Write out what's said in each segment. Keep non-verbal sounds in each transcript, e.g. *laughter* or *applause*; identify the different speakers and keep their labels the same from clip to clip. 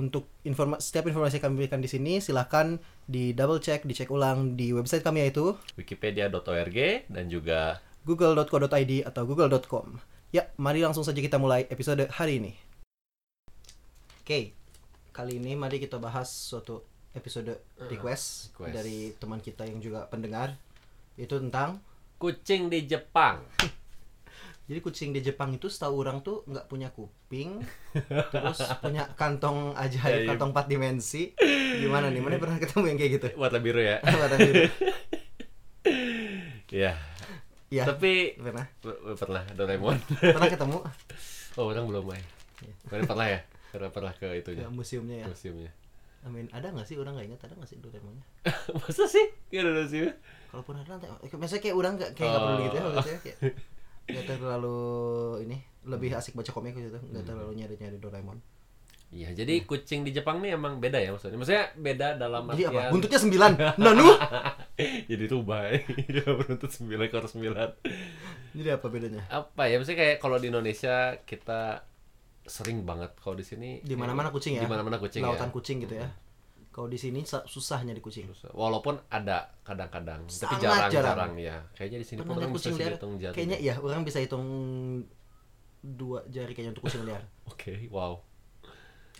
Speaker 1: untuk informa setiap informasi yang kami berikan di sini silahkan di double check, dicek ulang di website kami yaitu
Speaker 2: Wikipedia.org dan juga
Speaker 1: google.co.id atau google.com. Ya, mari langsung saja kita mulai episode hari ini. Oke, kali ini mari kita bahas suatu episode request,
Speaker 2: Ah, request.
Speaker 1: dari teman kita yang juga pendengar. Itu tentang,
Speaker 2: kucing di Jepang.
Speaker 1: jadi kucing di Jepang itu setahu orang tuh nggak punya
Speaker 2: *laughs*
Speaker 1: kuping, terus punya kantong ajaib,
Speaker 2: Ajaib.
Speaker 1: kantong empat dimensi. Gimana nih, mana pernah ketemu yang kayak
Speaker 2: *laughs*
Speaker 1: gitu?
Speaker 2: Warna biru ya.
Speaker 1: Warna biru.
Speaker 2: Iya.
Speaker 1: Iya,
Speaker 2: Tapi
Speaker 1: pernah.
Speaker 2: per- pernah
Speaker 1: *laughs*
Speaker 2: Doraemon.
Speaker 1: Pernah ketemu
Speaker 2: Oh, orang belum main.
Speaker 1: Iya.
Speaker 2: Kemarin pernah ya? Pernah pernah ke
Speaker 1: ya,
Speaker 2: itunya.
Speaker 1: museumnya ya.
Speaker 2: Museumnya. *laughs*
Speaker 1: Amin, ada nggak sih orang nggak ingat ada nggak sih Doraemonnya?
Speaker 2: Masa sih? Gak ada museumnya?
Speaker 1: kalaupun ada nanti biasanya kayak udah nggak kayak nggak perlu gitu ya
Speaker 2: Oh.
Speaker 1: maksudnya kayak nggak terlalu ini lebih asik baca komik gitu nggak terlalu nyari nyari Doraemon
Speaker 2: Iya, jadi kucing di Jepang nih emang beda ya maksudnya. Maksudnya beda dalam
Speaker 1: jadi apa
Speaker 2: artian-
Speaker 1: buntutnya sembilan nanu
Speaker 2: *laughs* jadi rubah. *laughs* Dia beruntut 9 ekor 9.
Speaker 1: jadi apa bedanya
Speaker 2: apa ya maksudnya kayak kalau di Indonesia kita sering banget kalau di sini
Speaker 1: di mana mana kucing ya
Speaker 2: di mana mana kucing
Speaker 1: lautan
Speaker 2: ya
Speaker 1: kucing gitu ya kalau di sini sa- susah nyari kucing
Speaker 2: Terus, walaupun ada kadang-kadang tapi
Speaker 1: Sangat jarang.
Speaker 2: jarang-jarang ya kayaknya di sini
Speaker 1: Pernah
Speaker 2: pun orang
Speaker 1: lihat
Speaker 2: bisa
Speaker 1: kucing liar?
Speaker 2: dihitung jari
Speaker 1: kayaknya iya orang bisa hitung dua jari kayaknya untuk
Speaker 2: *laughs*
Speaker 1: kucing liar
Speaker 2: oke wow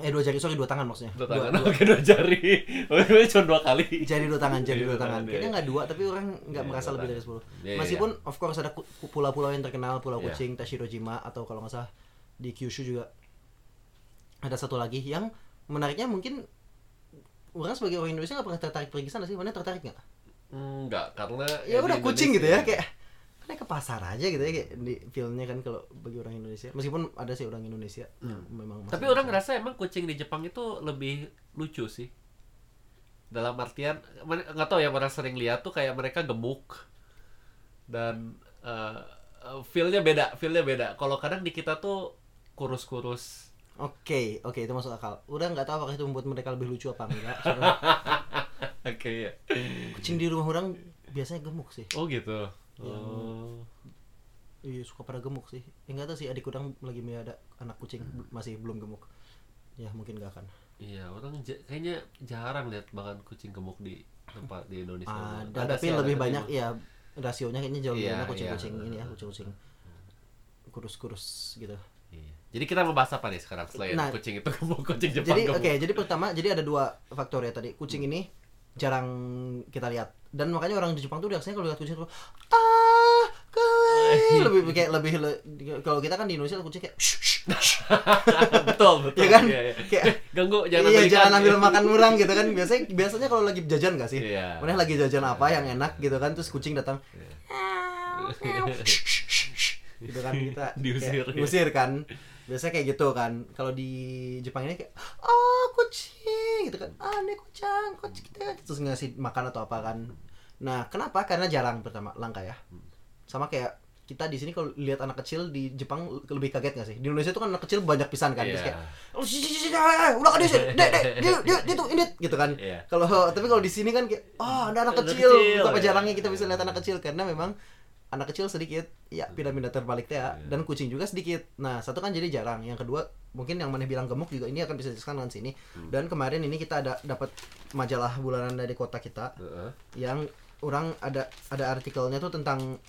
Speaker 1: eh dua jari sorry dua tangan maksudnya
Speaker 2: dua tangan *laughs* oke dua jari oke *laughs* cuma dua kali
Speaker 1: jari dua tangan jari
Speaker 2: Jari
Speaker 1: dua
Speaker 2: dua
Speaker 1: tangan
Speaker 2: tangan,
Speaker 1: kayaknya
Speaker 2: iya.
Speaker 1: nggak dua tapi orang nggak
Speaker 2: Iya,
Speaker 1: merasa
Speaker 2: dua
Speaker 1: lebih dari
Speaker 2: tangan.
Speaker 1: 10
Speaker 2: Iya, iya,
Speaker 1: meskipun of course ada ku- ku- pulau-pulau yang terkenal pulau
Speaker 2: Iya.
Speaker 1: kucing Tashirojima atau kalau nggak salah di Kyushu juga ada satu lagi yang menariknya mungkin orang sebagai orang Indonesia nggak pernah tertarik pergi sana sih mana tertarik nggak
Speaker 2: enggak karena
Speaker 1: ya
Speaker 2: Iya,
Speaker 1: udah
Speaker 2: di Indonesia-
Speaker 1: kucing gitu ya kayak karena ke pasar aja gitu ya kayak di filmnya kan kalau bagi orang Indonesia meskipun ada sih orang Indonesia
Speaker 2: Hmm.
Speaker 1: yang memang masih
Speaker 2: tapi orang ngerasa emang kucing di Jepang itu lebih lucu sih dalam artian men- nggak tahu ya orang sering lihat tuh kayak mereka gemuk dan eh, eh, feel-nya beda feel-nya beda kalau kadang di kita tuh kurus-kurus
Speaker 1: Oke, oke itu masuk akal. Udah nggak tahu apakah itu membuat mereka lebih lucu apa enggak.
Speaker 2: *laughs*
Speaker 1: Soalnya
Speaker 2: oke ya
Speaker 1: kucing di rumah orang biasanya gemuk sih.
Speaker 2: oh gitu oh.
Speaker 1: Iya suka pada gemuk sih. Ya nggak tahu sih adik kurang lagi ada anak kucing bel-
Speaker 2: Hmm.
Speaker 1: masih belum gemuk. Ya mungkin nggak akan.
Speaker 2: iya orang ja- kayaknya jarang lihat makan kucing gemuk di tempat di Indonesia
Speaker 1: Ada, tapi lebih banyak ya rasionya kayaknya jauh lebih
Speaker 2: Iya,
Speaker 1: banyak kucing-kucing
Speaker 2: iya.
Speaker 1: ini ya kucing-kucing kurus-kurus gitu.
Speaker 2: Iya. jadi kita mau bahas apa nih sekarang selain
Speaker 1: Nah,
Speaker 2: kucing itu *laughs* gemuk kucing Jepang
Speaker 1: Jadi
Speaker 2: gemuk Hmm.
Speaker 1: oke, jadi pertama jadi ada dua faktor ya tadi. Kucing ini jarang kita lihat dan makanya orang di Jepang tuh reaksinya kalau lihat kucing tuh ah kawaii."
Speaker 2: *laughs*
Speaker 1: lebih kayak lebih le- kalau kita kan di Indonesia kucing kayak "Shh, shh, shh."
Speaker 2: *laughs* betul betul
Speaker 1: Iya kan?
Speaker 2: Iya, iya.
Speaker 1: Kayak-
Speaker 2: *laughs* ganggu
Speaker 1: iya,
Speaker 2: jangan ambil
Speaker 1: jangan
Speaker 2: ikan.
Speaker 1: ambil makan orang gitu kan. Biasanya biasanya kalau lagi jajan gak sih?
Speaker 2: Iya.
Speaker 1: Mana lagi jajan apa yang enak gitu kan terus kucing datang. gitu kan
Speaker 2: *laughs*
Speaker 1: kita
Speaker 2: Diusir,
Speaker 1: kayak,
Speaker 2: ya.
Speaker 1: diusir kan. Biasanya kayak gitu kan. Kalau di Jepang ini kayak oh kucing gitu kan. Ah, ini kucing, kucing kita gitu. terus ngasih makan atau apa kan. Nah, kenapa? Karena jarang pertama langka ya. Sama kayak kita di sini kalau lihat anak kecil di Jepang lebih kaget gak sih? Di Indonesia tuh kan anak kecil banyak pisan kan, terus
Speaker 2: Iya.
Speaker 1: kayak "Oh, sih, sih, sih, eh, udah kan dia sih, dek, dek, dia, dia, dia tuh ini gitu kan.
Speaker 2: Iya.
Speaker 1: Kalau *laughs* tapi kalau di sini kan kayak, oh ada anak
Speaker 2: Anak
Speaker 1: kecil,
Speaker 2: kecil,
Speaker 1: betapa
Speaker 2: iya.
Speaker 1: jarangnya kita bisa lihat anak kecil karena memang anak kecil sedikit, ya piramida terbalik teh ya,
Speaker 2: Iya.
Speaker 1: dan kucing juga sedikit. Nah satu kan jadi jarang, yang kedua mungkin yang mana bilang gemuk juga ini akan bisa dijelaskan dengan sini.
Speaker 2: Hmm.
Speaker 1: Dan kemarin ini kita ada dapat majalah bulanan dari kota kita
Speaker 2: Heeh.
Speaker 1: yang orang ada ada artikelnya tuh tentang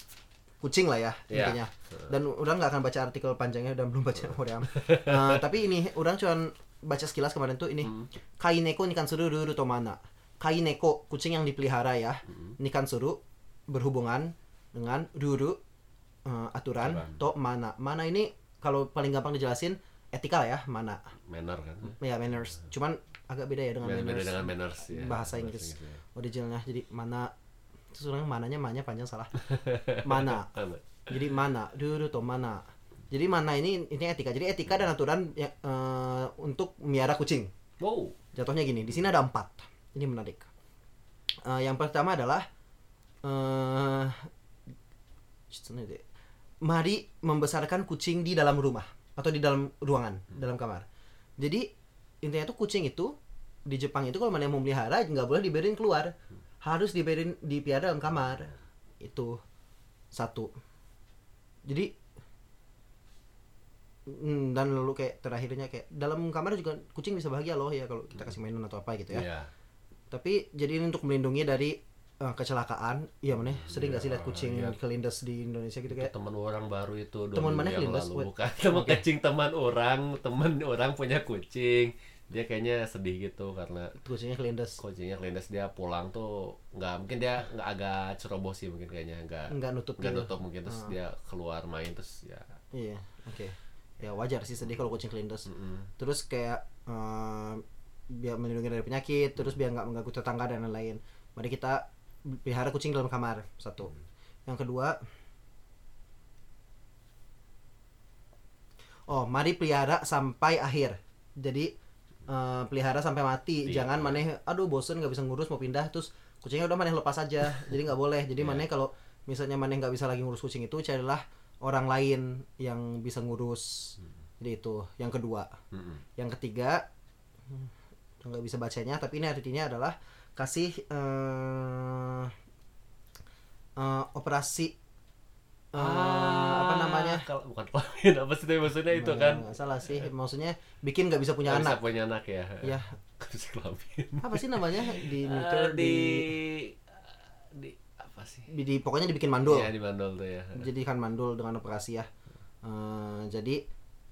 Speaker 1: kucing lah ya
Speaker 2: Iya.
Speaker 1: intinya dan orang nggak akan baca artikel panjangnya dan belum baca orang Eh, tapi ini orang cuman baca sekilas kemarin tuh ini
Speaker 2: Hmm.
Speaker 1: kaineko kan nikan suru ruru tomana kaineko kucing yang dipelihara ya
Speaker 2: Hmm.
Speaker 1: nikan suru berhubungan dengan ruru eh, aturan
Speaker 2: Aturan.
Speaker 1: to mana mana ini kalau paling gampang dijelasin etika lah ya mana
Speaker 2: manner kan
Speaker 1: ya manners cuman agak beda ya dengan
Speaker 2: Iya, beda beda
Speaker 1: manners
Speaker 2: dengan manners ya
Speaker 1: bahasa Inggris originalnya jadi mana terus orang mananya mananya panjang salah mana
Speaker 2: Mana?
Speaker 1: jadi mana dulu tuh mana jadi mana ini ini etika jadi etika dan aturan ya, eh, untuk miara kucing
Speaker 2: wow
Speaker 1: jatuhnya gini di sini ada empat Ini menarik. Eh, yang pertama adalah eh mari membesarkan kucing di dalam rumah atau di dalam ruangan, dalam kamar. Jadi intinya tuh kucing itu di Jepang itu kalau mana yang mau melihara nggak boleh diberin keluar, harus diberin dipiara dalam kamar. Itu satu. Jadi mm, dan lalu kayak terakhirnya kayak dalam kamar juga kucing bisa bahagia loh ya kalau kita kasih mainan atau apa gitu ya.
Speaker 2: Iya.
Speaker 1: Tapi jadi ini untuk melindungi dari eh, kecelakaan, iya mana sering nggak sih lihat kucing
Speaker 2: iya.
Speaker 1: kelindes di Indonesia gitu kayak
Speaker 2: teman orang baru itu dua
Speaker 1: Teman
Speaker 2: minggu
Speaker 1: mana
Speaker 2: yang
Speaker 1: kelindes?
Speaker 2: lalu
Speaker 1: Wait.
Speaker 2: bukan teman
Speaker 1: Oke.
Speaker 2: kucing teman orang teman orang punya kucing dia kayaknya sedih gitu karena
Speaker 1: kucingnya kelindes
Speaker 2: kucingnya kelindes dia pulang tuh nggak mungkin dia nggak agak ceroboh sih mungkin kayaknya nggak
Speaker 1: nggak nutup
Speaker 2: nggak
Speaker 1: gitu.
Speaker 2: nutup mungkin terus dia keluar main terus ya
Speaker 1: Iya, oke. Ya wajar sih sedih kalau kucing kelindes.
Speaker 2: mm-mm.
Speaker 1: Terus kayak eh, biar melindungi dari penyakit, terus biar nggak mengganggu tetangga dan lain-lain. Mari kita pelihara kucing dalam kamar satu.
Speaker 2: Hmm.
Speaker 1: Yang kedua, oh mari pelihara sampai akhir. Jadi eh, pelihara sampai mati.
Speaker 2: Iya,
Speaker 1: Jangan
Speaker 2: iya.
Speaker 1: maneh, aduh bosen nggak bisa ngurus mau pindah, terus kucingnya udah maneh lepas
Speaker 2: *laughs*
Speaker 1: aja. Jadi nggak boleh. Jadi
Speaker 2: Iya.
Speaker 1: maneh kalau misalnya maneh nggak bisa lagi ngurus kucing itu, carilah orang lain yang bisa ngurus.
Speaker 2: Hmm.
Speaker 1: Jadi itu yang kedua.
Speaker 2: Mm-mm.
Speaker 1: Yang ketiga hmm, nggak bisa bacanya tapi ini artinya adalah kasih eh, eh, operasi eh, apa namanya?
Speaker 2: kalau bukan kelamin apa sih tapi maksudnya Ah. itu kan
Speaker 1: Nggak salah sih maksudnya bikin nggak bisa punya
Speaker 2: Nggak bisa
Speaker 1: anak.
Speaker 2: punya anak ya
Speaker 1: Ya.
Speaker 2: *laughs* Nggak bisa kelamin
Speaker 1: Apa sih
Speaker 2: *laughs*
Speaker 1: namanya di
Speaker 2: Eh,
Speaker 1: neuter,
Speaker 2: di
Speaker 1: di,
Speaker 2: di apa sih
Speaker 1: di di- pokoknya dibikin mandul.
Speaker 2: ya di mandul tuh ya
Speaker 1: Jadikan mandul dengan operasi ya. Eh, jadi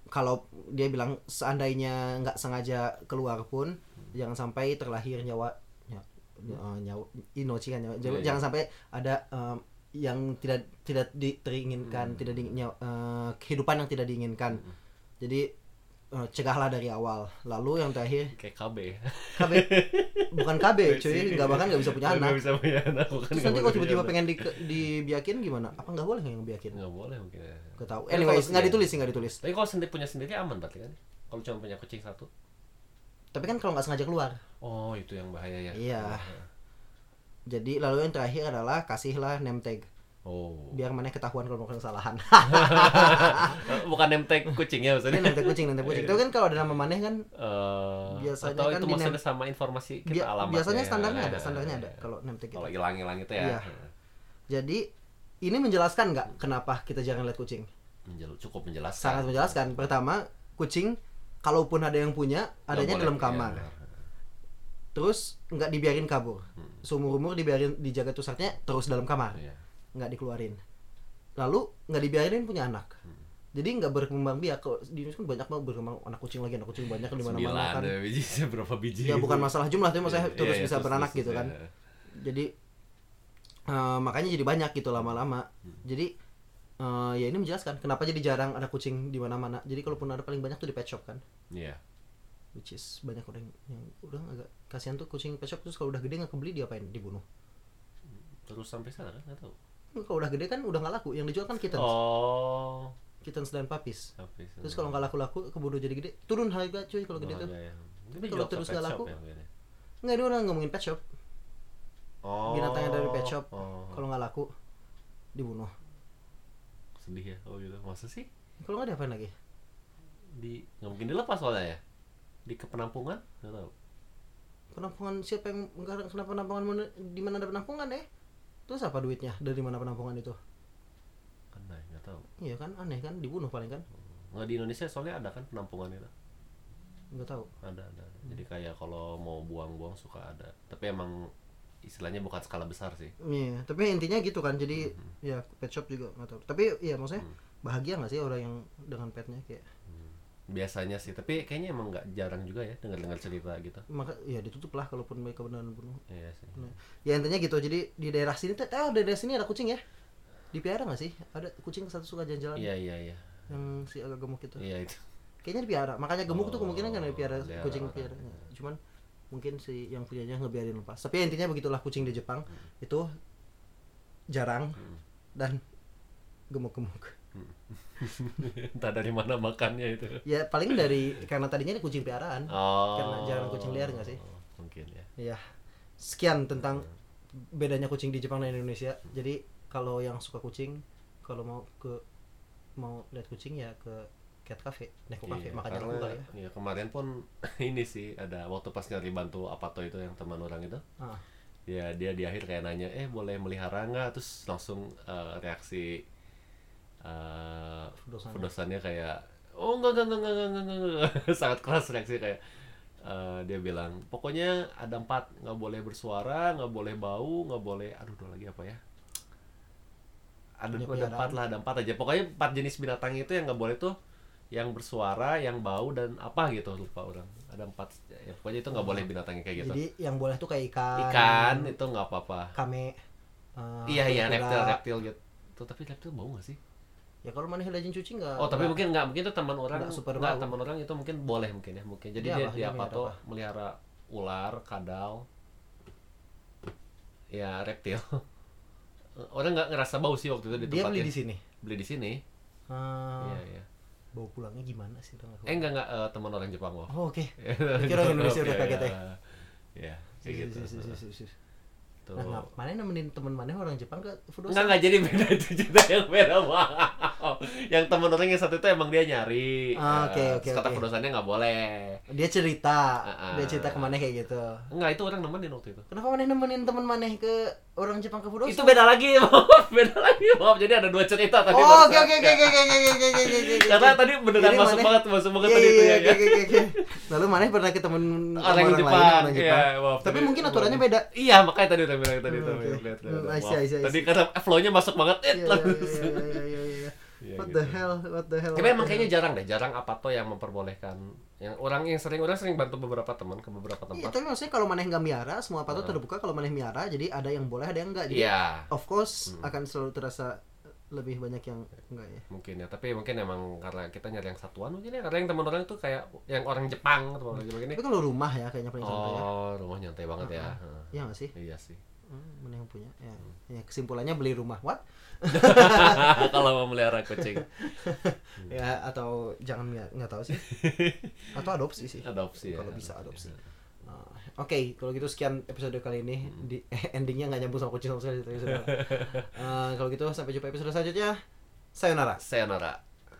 Speaker 1: kalau dia bilang seandainya nggak sengaja keluar pun jangan sampai terlahir nyawa nyawa, eh, nyawa inoci kan nyawa. Jangan,
Speaker 2: Iya, iya.
Speaker 1: jangan sampai ada em, yang tidak tidak di- teringinkan,
Speaker 2: Hmm.
Speaker 1: tidak di, nyawa- eh, kehidupan yang tidak diinginkan. Jadi eh, cegahlah dari awal. Lalu yang terakhir
Speaker 2: kayak KB ya
Speaker 1: KB bukan KB Eh,
Speaker 2: *laughs*
Speaker 1: cuy, nggak bahkan nggak bisa punya
Speaker 2: Nggak
Speaker 1: anak.
Speaker 2: bisa punya anak
Speaker 1: Terus
Speaker 2: bukan
Speaker 1: nanti
Speaker 2: nggak bisa
Speaker 1: kalau tiba-tiba
Speaker 2: punya
Speaker 1: pengen di, dibiakin gimana? Apa nggak boleh yang biakin?
Speaker 2: anak. nggak boleh mungkin ya.
Speaker 1: Gak tau.
Speaker 2: Tapi
Speaker 1: Anyways,
Speaker 2: kalau- iya.
Speaker 1: nggak ditulis sih, nggak ditulis.
Speaker 2: tapi kalau sendiri punya sendiri aman berarti kan kalau cuma punya kucing satu
Speaker 1: Tapi kan kalau nggak sengaja keluar.
Speaker 2: oh itu yang bahaya ya
Speaker 1: Iya. Jadi lalu yang terakhir adalah kasihlah name tag
Speaker 2: oh
Speaker 1: biar mana ketahuan kalau melakukan kesalahan.
Speaker 2: *laughs*
Speaker 1: *laughs*
Speaker 2: bukan name tag kucingnya
Speaker 1: Ini
Speaker 2: maksudnya
Speaker 1: name tag kucing, name tag kucing. Tapi kan kalau ada nama maneh kan
Speaker 2: Eh,
Speaker 1: Biasanya
Speaker 2: atau
Speaker 1: kan
Speaker 2: itu
Speaker 1: di
Speaker 2: maksudnya
Speaker 1: name-
Speaker 2: sama informasi
Speaker 1: bi-
Speaker 2: kita alamatnya
Speaker 1: biasanya
Speaker 2: ya.
Speaker 1: standarnya ada,
Speaker 2: Nah,
Speaker 1: standarnya ada
Speaker 2: ya.
Speaker 1: kalau name tag itu.
Speaker 2: kalau hilang-hilang itu ya
Speaker 1: Iya. Jadi ini menjelaskan nggak kenapa kita jarang lihat kucing?
Speaker 2: menjel- cukup menjelaskan
Speaker 1: Sangat menjelaskan. Pertama, kucing kalaupun ada yang punya,
Speaker 2: Nggak
Speaker 1: adanya
Speaker 2: boleh Iya.
Speaker 1: dalam
Speaker 2: punya
Speaker 1: kamar.
Speaker 2: anak.
Speaker 1: Terus nggak dibiarin kabur.
Speaker 2: Hmm.
Speaker 1: Seumur umur dibiarin dijaga tuh saatnya terus dalam kamar.
Speaker 2: Iya.
Speaker 1: nggak dikeluarin lalu nggak dibiarin punya anak jadi nggak berkembang biak kalau di Indonesia kan banyak banget berkembang anak kucing lagi anak kucing banyak di mana mana
Speaker 2: sembilan
Speaker 1: kan
Speaker 2: ada biji *laughs* berapa biji
Speaker 1: ya bukan masalah jumlah tapi masalah
Speaker 2: Iya,
Speaker 1: terus
Speaker 2: iya,
Speaker 1: bisa beranak
Speaker 2: terus,
Speaker 1: gitu kan
Speaker 2: iya.
Speaker 1: jadi eh, makanya jadi banyak gitu lama-lama jadi eh, ya ini menjelaskan kenapa jadi jarang ada kucing di mana-mana jadi kalaupun ada paling banyak tuh di pet shop kan
Speaker 2: Iya.
Speaker 1: which is banyak orang yang udah agak kasihan tuh kucing pet shop terus kalau udah gede nggak kebeli diapain dibunuh
Speaker 2: terus sampai sana kan nggak tahu
Speaker 1: kalau udah gede kan udah nggak laku yang dijual kan kittens
Speaker 2: oh
Speaker 1: kittens dan puppies
Speaker 2: sampai sana
Speaker 1: Terus kalau nggak laku-laku keburu jadi gede, turun harga cuy kalau gede
Speaker 2: Oh,
Speaker 1: tuh.
Speaker 2: iya, iya. Mungkin
Speaker 1: Kalau
Speaker 2: dijual ke
Speaker 1: terus
Speaker 2: pet
Speaker 1: nggak
Speaker 2: shop
Speaker 1: laku.
Speaker 2: ya mungkin ya.
Speaker 1: Nggak ini orang ngomongin pet shop,
Speaker 2: oh
Speaker 1: binatangnya dari pet shop.
Speaker 2: oh.
Speaker 1: Kalau nggak laku dibunuh.
Speaker 2: sedih ya kalau gitu masa sih
Speaker 1: Kalau nggak diapain lagi?
Speaker 2: di nggak mungkin dilepas soalnya ya di kepenampungan nggak tahu
Speaker 1: Penampungan siapa yang nggak- kenapa penampungan mana- di mana ada penampungan ya? Terus apa duitnya dari mana penampungan itu?
Speaker 2: kan nah, nggak tahu
Speaker 1: Iya kan aneh kan dibunuh paling kan?
Speaker 2: nggak di Indonesia soalnya ada kan penampungan itu
Speaker 1: Nggak tahu.
Speaker 2: ada ada ada. jadi kayak kalau mau buang-buang suka ada tapi emang istilahnya bukan skala besar sih
Speaker 1: Iya, tapi intinya gitu kan. Jadi
Speaker 2: Hmm.
Speaker 1: ya pet shop juga nggak tahu. Tapi ya maksudnya bahagia nggak sih orang yang dengan petnya kayak
Speaker 2: biasanya sih tapi kayaknya emang nggak jarang juga ya dengar-dengar cerita gitu
Speaker 1: maka ya ditutup lah kalaupun mereka benar-benar bunuh.
Speaker 2: iya sih
Speaker 1: Nah, Ya intinya gitu. Jadi di daerah sini tuh, tahu di daerah sini ada kucing ya? Dipiara nggak sih? Ada kucing satu suka jalan-jalan
Speaker 2: iya iya iya
Speaker 1: yang si agak gemuk itu.
Speaker 2: iya itu *laughs*
Speaker 1: Kayaknya dipiara. Makanya gemuk tuh kemungkinan kan dipiara
Speaker 2: Oh,
Speaker 1: kucing
Speaker 2: iya.
Speaker 1: piara. Cuman mungkin si yang punyanya ngebiarin lepas. Tapi ya intinya begitulah kucing di Jepang
Speaker 2: Hmm.
Speaker 1: itu jarang dan gemuk-gemuk.
Speaker 2: entah dari mana makannya itu
Speaker 1: Ya paling dari karena tadinya ini kucing piaraan.
Speaker 2: oh
Speaker 1: Karena jarang kucing liar nggak sih?
Speaker 2: mungkin ya
Speaker 1: Iya. sekian tentang bedanya kucing di Jepang dan Indonesia. Jadi kalau yang suka kucing, kalau mau ke mau lihat kucing ya ke cat cafe, neko cafe,
Speaker 2: Iya,
Speaker 1: makanya aku
Speaker 2: karena-
Speaker 1: kali ya.
Speaker 2: Iya, kemarin pun *laughs* ini sih ada waktu pas nyari bantu apa tuh itu yang teman orang itu.
Speaker 1: Ah,
Speaker 2: Ya dia di akhir kayak nanya, "Eh, boleh melihara nggak?" Terus langsung eh, reaksi eh
Speaker 1: Fudosan.
Speaker 2: pedosannya kayak, "Oh, enggak enggak enggak enggak enggak, enggak, enggak." *laughs* Sangat keras reaksi kayak eh, dia bilang, "Pokoknya ada empat, nggak boleh bersuara, nggak boleh bau, nggak boleh aduh ada lagi apa ya?" Ada,
Speaker 1: Punya
Speaker 2: ada empat
Speaker 1: peliharaan.
Speaker 2: lah, ada empat aja. Pokoknya empat jenis binatang itu yang nggak boleh tuh yang bersuara, yang bau dan apa gitu lupa orang. Ada empat, ya, pokoknya itu nggak boleh binatangnya kayak gitu.
Speaker 1: Jadi yang boleh tuh kayak ikan,
Speaker 2: Ikan itu nggak apa-apa.
Speaker 1: kame. eh,
Speaker 2: Iya iya
Speaker 1: kuda.
Speaker 2: reptil reptil gitu. Tuh, tapi reptil bau gak sih?
Speaker 1: Ya kalau mana hilajin cuci nggak?
Speaker 2: Oh tapi
Speaker 1: nggak-
Speaker 2: mungkin nggak mungkin itu teman orang
Speaker 1: Nggak super
Speaker 2: nggak
Speaker 1: bau.
Speaker 2: teman orang itu mungkin boleh mungkin ya mungkin jadi
Speaker 1: Iya,
Speaker 2: dia
Speaker 1: lah,
Speaker 2: dia
Speaker 1: dia
Speaker 2: apa
Speaker 1: melihara
Speaker 2: tuh melihara ular kadal ya reptil *laughs* orang nggak ngerasa bau sih waktu itu di
Speaker 1: dia
Speaker 2: tempat
Speaker 1: beli
Speaker 2: ini.
Speaker 1: di sini.
Speaker 2: beli di sini
Speaker 1: Ah,
Speaker 2: iya iya
Speaker 1: Bau pulangnya gimana sih? Tau nggak?
Speaker 2: eh nggak nggak eh, teman orang Jepang loh
Speaker 1: Oh, oke. Kira orang Indonesia udah kaget ya.
Speaker 2: Iya, kayak
Speaker 1: Sih,
Speaker 2: gitu.
Speaker 1: sih, sih, sih, sih.
Speaker 2: Tuh.
Speaker 1: Nah, ngap- mana nemenin teman mana orang Jepang ke Fudosan?
Speaker 2: Enggak enggak jadi beda itu cerita yang beda wow. Yang temen orang yang satu itu emang dia nyari.
Speaker 1: Ah,
Speaker 2: Eh,
Speaker 1: oke, oke,
Speaker 2: terus Kata
Speaker 1: oke.
Speaker 2: pedosannya nggak boleh.
Speaker 1: Dia cerita,
Speaker 2: Ah, ah.
Speaker 1: dia cerita kemana kayak gitu.
Speaker 2: Enggak itu orang nemenin waktu itu.
Speaker 1: Kenapa maneh nemenin teman maneh ke orang Jepang ke Fudosan?
Speaker 2: Itu beda lagi, *laughs* maaf, beda lagi, maaf. Jadi ada dua cerita tadi.
Speaker 1: Oh,
Speaker 2: barusan.
Speaker 1: oke oke oke oke oke oke oke oke, oke. oke.
Speaker 2: Karena tadi beneran
Speaker 1: Jadi
Speaker 2: masuk
Speaker 1: maneh-
Speaker 2: banget, masuk banget
Speaker 1: Iya,
Speaker 2: tadi
Speaker 1: iya,
Speaker 2: itu
Speaker 1: iya,
Speaker 2: ya.
Speaker 1: oke, oke, oke, oke. Lalu mana pernah ketemu sama
Speaker 2: Orang
Speaker 1: orang
Speaker 2: Jepang,
Speaker 1: lain orang
Speaker 2: iya,
Speaker 1: Jepang.
Speaker 2: maaf,
Speaker 1: Tapi
Speaker 2: tadi-
Speaker 1: mungkin aturannya
Speaker 2: *laughs*
Speaker 1: beda.
Speaker 2: Iya, makanya tadi udah bilang tadi
Speaker 1: Hmm,
Speaker 2: tuh.
Speaker 1: oke.
Speaker 2: lihat, lihat, lihat,
Speaker 1: Hmm, I see,
Speaker 2: maaf.
Speaker 1: I see, I see.
Speaker 2: Tadi karena flow-nya masuk banget, eh,
Speaker 1: Iya, iya,
Speaker 2: langsung. *laughs*
Speaker 1: iya, iya, iya, iya.
Speaker 2: Iya,
Speaker 1: What
Speaker 2: gitu.
Speaker 1: the hell? What the hell? what
Speaker 2: Tapi emang
Speaker 1: the hell?
Speaker 2: kayaknya jarang deh, jarang apa tuh yang memperbolehkan. Yang orang yang sering orang sering bantu beberapa teman ke beberapa
Speaker 1: Iya,
Speaker 2: tempat.
Speaker 1: tapi maksudnya kalau maneh nggak miara, semua patut terbuka kalau maneh miara, jadi ada yang boleh, ada yang enggak. Jadi
Speaker 2: Iya,
Speaker 1: of course akan selalu terasa lebih banyak yang enggak ya.
Speaker 2: mungkin ya. Tapi mungkin emang karena kita nyari yang satuan mungkin ya. Karena yang teman orang tuh kayak yang orang Jepang, teman orang Jepang ini.
Speaker 1: Tapi kalau rumah ya kayaknya paling santai ya.
Speaker 2: Oh, rumah nyantai banget ya. Heeh.
Speaker 1: Iya nggak sih?
Speaker 2: Iya
Speaker 1: *laughs*
Speaker 2: sih.
Speaker 1: Hmm, Mana yang punya? Ya. ya kesimpulannya beli rumah. What?
Speaker 2: Kalau mau melihara kucing,
Speaker 1: ya atau jangan mia- nggak tahu sih. atau adopsi sih.
Speaker 2: adopsi
Speaker 1: Iya.
Speaker 2: ya.
Speaker 1: Kalau bisa adopsi. Nah, Oke, kalau gitu sekian episode kali ini. Di endingnya nggak nyambung sama Ah, kucing sama sekali. saudara-saudara. Eh, kalau gitu sampai jumpa episode selanjutnya. Sayonara.
Speaker 2: Sayonara.